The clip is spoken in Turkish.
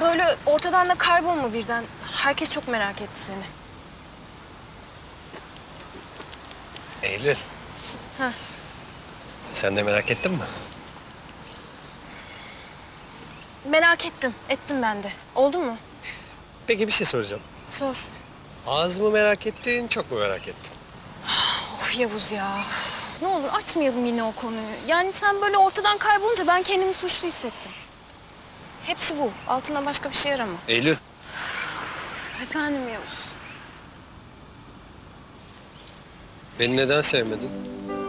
Böyle ortadan da kaybolma birden. Herkes çok merak etti seni. Eylül. Heh. Sen de merak ettin mi? Merak ettim. Ettim ben de. Oldu mu? Peki bir şey soracağım. Sor. Az mı merak ettin, çok mu merak ettin? Of Yavuz ya. Ne olur açmayalım yine o konuyu. Yani sen böyle ortadan kaybolunca ben kendimi suçlu hissettim. Hepsi bu. Altından başka bir şey arama. Eylül. Efendim Yavuz. Beni neden sevmedin?